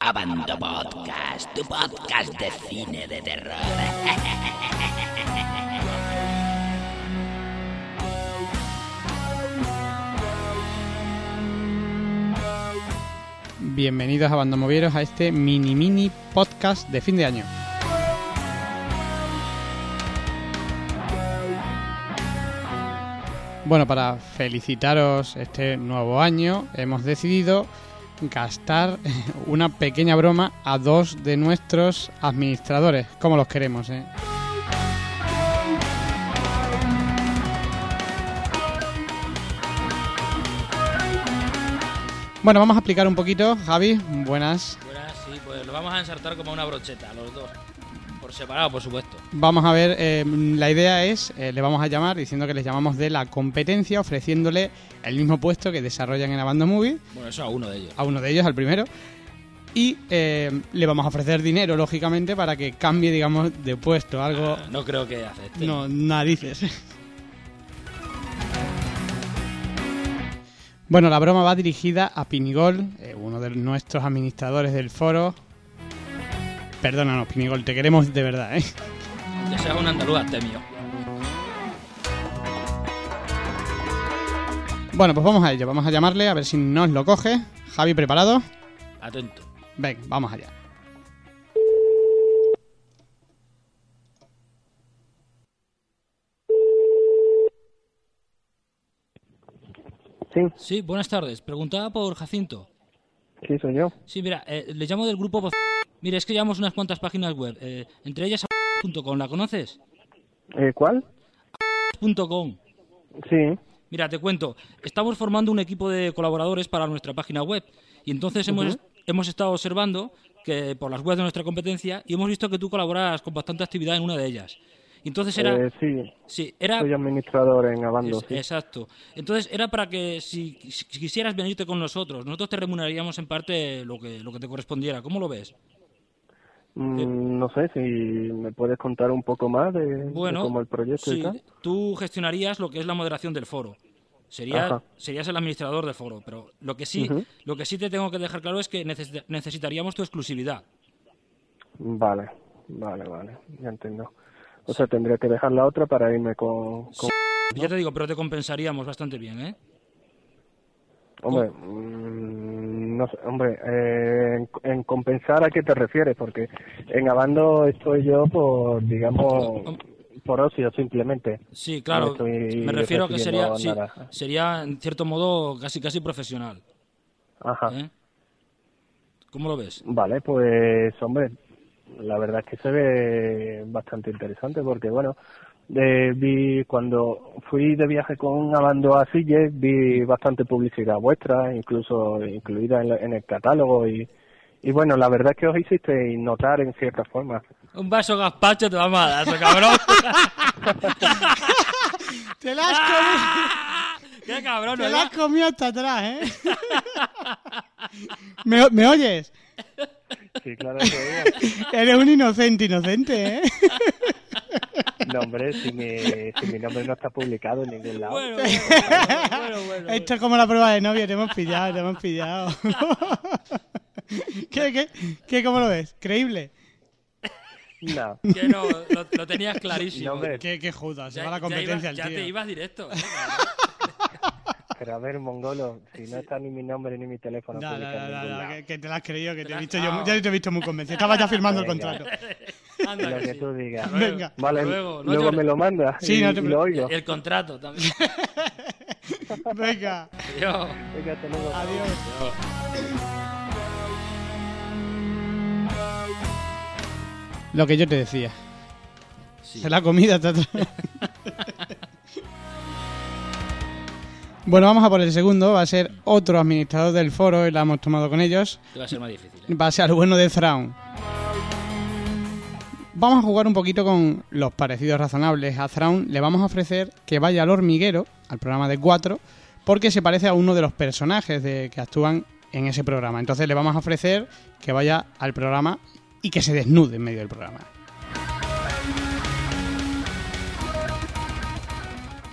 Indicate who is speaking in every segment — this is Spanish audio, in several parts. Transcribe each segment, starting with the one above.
Speaker 1: Abando Podcast, tu podcast de cine de terror.
Speaker 2: Bienvenidos a Bandomovieros a este mini mini podcast de fin de año. Bueno, para felicitaros este nuevo año, hemos decidido gastar una pequeña broma a dos de nuestros administradores, como los queremos, ¿eh? Bueno, vamos a explicar un poquito, Javi, buenas.
Speaker 3: Buenas, sí, pues lo vamos a ensartar como una brocheta, los dos. Por separado, por supuesto.
Speaker 2: Vamos a ver, eh, la idea es, eh, le vamos a llamar diciendo que les llamamos de la competencia, ofreciéndole el mismo puesto que desarrollan en Abando Movie,
Speaker 3: Bueno, eso a uno de ellos.
Speaker 2: a uno de ellos, al primero. Y eh, le vamos a ofrecer dinero, lógicamente, para que cambie, digamos, de puesto. Algo.
Speaker 3: Ah, No creo que acepte.
Speaker 2: No, narices. Bueno, la broma va dirigida a Pinigol, eh, uno de nuestros administradores del foro. Perdónanos, Pinigol, te queremos de verdad, ¿eh?
Speaker 3: Que seas un andaluz Artemio.
Speaker 2: Bueno, pues vamos a ello. Vamos a llamarle a ver si nos lo coge. Javi, ¿preparado?
Speaker 3: Atento.
Speaker 2: Venga, vamos allá.
Speaker 4: Sí,
Speaker 3: Sí, buenas tardes. Preguntaba por Jacinto.
Speaker 4: sí, soy yo.
Speaker 3: Sí, mira, eh, le llamo del grupo... Voz- Mira, es que llevamos unas cuantas páginas web. eh, entre ellas a... .com, ¿la conoces?
Speaker 4: Eh, ¿Cuál?
Speaker 3: .com.
Speaker 4: Sí,
Speaker 3: Mira, te cuento. Estamos formando un equipo de colaboradores para nuestra página web. Y entonces hemos, hemos estado observando que por las webs de nuestra competencia y hemos visto que tú colaboras con bastante actividad en una de ellas. Y entonces era...
Speaker 4: eh, sí,
Speaker 3: Sí, era...
Speaker 4: soy administrador en Abando.
Speaker 3: Es-
Speaker 4: sí.
Speaker 3: Exacto. Entonces, era para que si, si quisieras venirte con nosotros, nosotros te remuneraríamos en parte lo que, lo que te correspondiera. ¿Cómo lo ves? eh,
Speaker 4: Mm, no sé si me puedes contar un poco más de, de
Speaker 3: Bueno,
Speaker 4: cómo el proyecto
Speaker 3: sí,
Speaker 4: y tal.
Speaker 3: tú gestionarías lo que es la moderación del foro. Sería,
Speaker 4: Ajá.
Speaker 3: serías el administrador del foro, pero lo que sí,
Speaker 4: Ujú.
Speaker 3: lo que sí te tengo que dejar claro es que necesita- necesitaríamos tu exclusividad.
Speaker 4: Vale, vale, vale, ya entiendo. O sea, tendría que dejar la otra para irme con... con-
Speaker 3: Ya te digo, pero te compensaríamos bastante bien, ¿eh?
Speaker 4: Hombre, mm, no sé, hombre, eh, en, en compensar a qué te refieres, porque en Abando estoy yo por, digamos,
Speaker 3: Hom-
Speaker 4: por ocio simplemente.
Speaker 3: Sí, claro.
Speaker 4: No Ah, estoy
Speaker 3: me refiero a que sería,
Speaker 4: recibiendo
Speaker 3: sí,
Speaker 4: nada.
Speaker 3: sería en cierto modo casi casi profesional.
Speaker 4: Ajá.
Speaker 3: ¿eh? ¿Cómo lo ves?
Speaker 4: Vale, pues hombre, la verdad es que se ve bastante interesante porque bueno, eh, vi cuando fui de viaje con Abando a Silles, vi bastante publicidad vuestra, incluso incluida en, la- en el catálogo y, y bueno, la verdad es que os hicisteis notar en cierta forma.
Speaker 3: Un vaso gazpacho te vamos a dar, eso, cabrón.
Speaker 2: ¡Te la has comido,
Speaker 3: ¡Qué cabrón!
Speaker 2: te
Speaker 3: ¿verdad?
Speaker 2: la has comido hasta atrás, eh! ¿Me, me oyes?
Speaker 4: Sí, claro que
Speaker 2: Eres un inocente, inocente, ¿eh?
Speaker 4: no, hombre, si mi, si mi nombre no está publicado en ningún lado.
Speaker 3: Bueno, bueno, bueno, bueno.
Speaker 2: Esto es como la prueba de novio, te hemos pillado, te hemos pillado. ¿Qué, qué, qué, cómo lo ves? ¿Creíble?
Speaker 4: No,
Speaker 3: Que no, lo, lo tenías clarísimo.
Speaker 4: No, hombre.
Speaker 2: ¿Qué, qué judas? Se
Speaker 3: Ya-
Speaker 2: va la
Speaker 3: ya
Speaker 2: competencia
Speaker 3: ibas-
Speaker 2: el
Speaker 3: ya
Speaker 2: tío.
Speaker 3: te ibas directo. ¿eh?
Speaker 4: pero a ver, mongolo, si no está ni mi nombre ni mi teléfono
Speaker 2: No, no, no,
Speaker 4: publicado en
Speaker 2: no,
Speaker 4: ningún
Speaker 2: no,
Speaker 4: lado.
Speaker 2: que, que te la has creído, que te he
Speaker 3: la-
Speaker 2: visto yo,
Speaker 3: no.
Speaker 2: mu- ya te he visto muy convencido. Estaba ya firmando el
Speaker 4: Venga.
Speaker 2: contrato.
Speaker 3: Anda,
Speaker 4: Lo
Speaker 3: que
Speaker 4: que
Speaker 3: sí.
Speaker 4: tú digas.
Speaker 2: Venga.
Speaker 4: Vale,
Speaker 3: Luego,
Speaker 4: luego,
Speaker 3: no llores.
Speaker 4: me lo mandas
Speaker 2: Sí,
Speaker 4: y,
Speaker 2: no te
Speaker 4: y
Speaker 2: pre-
Speaker 4: lo oigo.
Speaker 3: El contrato también.
Speaker 2: Venga,
Speaker 3: Yo.
Speaker 4: Venga, hasta luego.
Speaker 2: adiós. Lo que yo te decía.
Speaker 3: Sí.
Speaker 2: Se la comida tata. bueno, vamos a por el segundo. Va a ser otro administrador del foro y la hemos tomado con ellos.
Speaker 3: Te va a ser más difícil. ¿eh?
Speaker 2: Va a ser al bueno de Thrawn. Vamos a jugar un poquito con los parecidos razonables. A Thrawn le vamos a ofrecer que vaya al hormiguero, al programa de 4, porque se parece a uno de los personajes de, que actúan en ese programa. Entonces le vamos a ofrecer que vaya al programa y que se desnude en medio del programa.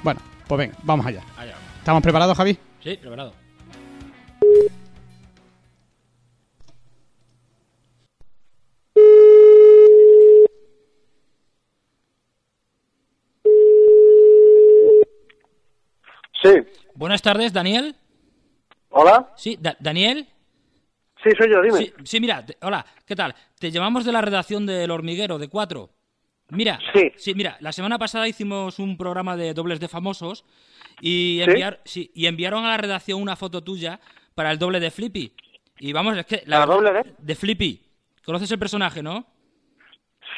Speaker 2: Bueno, pues venga, vamos allá.
Speaker 3: Allá.
Speaker 2: ¿Estamos preparados, Javi?
Speaker 3: Sí, preparado.
Speaker 5: Sí.
Speaker 3: Buenas tardes, Daniel.
Speaker 5: ¿Hola?
Speaker 3: Sí, Da- Daniel.
Speaker 5: Sí, soy yo, dime.
Speaker 3: Sí, sí, mira, te- hola, ¿qué tal? Te llamamos de la redacción del hormiguero de Cuatro. Mira,
Speaker 5: Sí.
Speaker 3: mira, la semana pasada hicimos un programa de dobles de famosos y,
Speaker 5: ¿Sí?
Speaker 3: enviar- sí, y enviaron a la redacción una foto tuya para el doble de Flippy. Y vamos, es que...
Speaker 5: ¿Para doble de?
Speaker 3: De Flippy. ¿Conoces el personaje, no?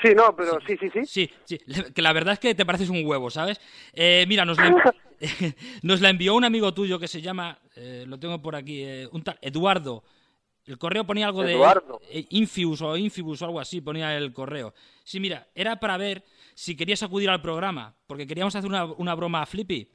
Speaker 5: Sí, no, pero sí, sí, sí.
Speaker 3: Sí, sí, le- que la verdad es que te pareces un huevo, ¿sabes? Eh, mira, nos la, nos la envió un amigo tuyo que se llama, eh, lo tengo por aquí, eh, un tal Eduardo. El correo ponía algo
Speaker 5: Eduardo.
Speaker 3: de eh, Infius o Infibus o algo así, ponía el correo. Sí, mira, era para ver si querías acudir al programa, porque queríamos hacer una, una broma a Flippy.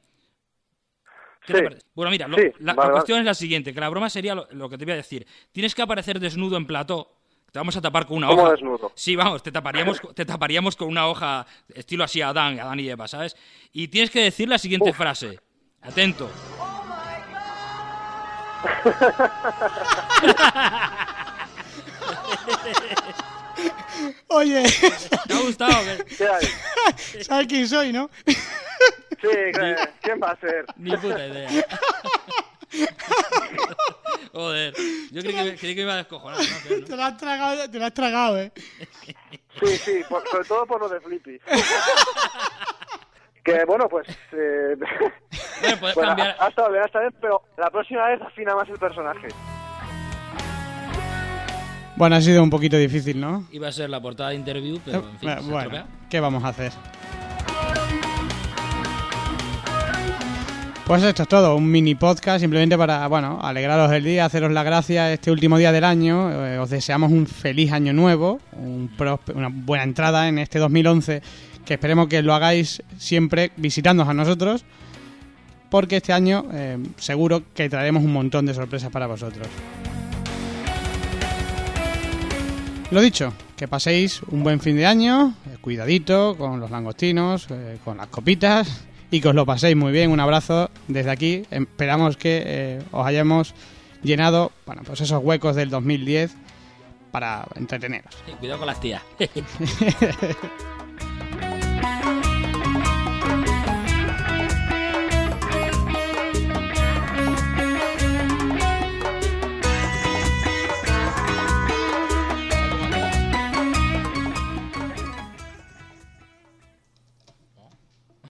Speaker 3: ¿Qué te
Speaker 5: Sí.
Speaker 3: parece? Bueno, mira, lo-
Speaker 5: Sí,
Speaker 3: la, la
Speaker 5: vale, vale.
Speaker 3: cuestión es la siguiente, que la broma sería lo, lo que te voy a decir. Tienes que aparecer desnudo en plató, te vamos a tapar con una
Speaker 5: ¿Cómo
Speaker 3: hoja.
Speaker 5: desnudo?
Speaker 3: Sí, vamos, te taparíamos, te taparíamos con una hoja estilo así Adán, Adán y Eva, ¿sabes? Y tienes que decir la siguiente frase. Atento.
Speaker 2: Oye,
Speaker 3: ¿Te ha gustado? que-
Speaker 5: ¿Qué hay?
Speaker 2: ¿sabes quién soy, no?
Speaker 5: Sí, ¿qué- ¿quién va a ser?
Speaker 3: Ni puta idea. Joder, yo creí que, me- creí que me iba a descojonar. ¿no? Pero no.
Speaker 2: Te lo has tragado, te lo has tragado, eh.
Speaker 5: Sí, sí, por- sobre todo por lo de Flippy. Que bueno, pues. Eh,
Speaker 3: Bueno, puedes
Speaker 5: bueno,
Speaker 3: cambiar.
Speaker 2: ah.
Speaker 5: ha- ha estado bien, ha estado bien, pero la próxima vez afina más el personaje.
Speaker 2: Bueno, ha sido un poquito difícil, ¿no? Eh,
Speaker 3: Iba a ser la portada de interview, pero en fin, se ha
Speaker 2: bueno,
Speaker 3: estropeado.
Speaker 2: ¿qué vamos a hacer? Pues esto es todo, un mini podcast simplemente para, bueno, alegraros el día, haceros la gracia este último día del año. Eh, os deseamos un feliz año nuevo, un próspe- una buena entrada en este 2011, que esperemos que lo hagáis siempre visitándonos a nosotros, porque este año eh, seguro que traeremos un montón de sorpresas para vosotros. Lo dicho, que paséis un buen fin de año, eh, cuidadito con los langostinos, eh, con las copitas y que os lo paséis muy bien. Un abrazo desde aquí. Esperamos que eh, os hayamos llenado bueno, pues esos huecos del 2010 para entreteneros.
Speaker 3: Sí, Cuidado con las tías.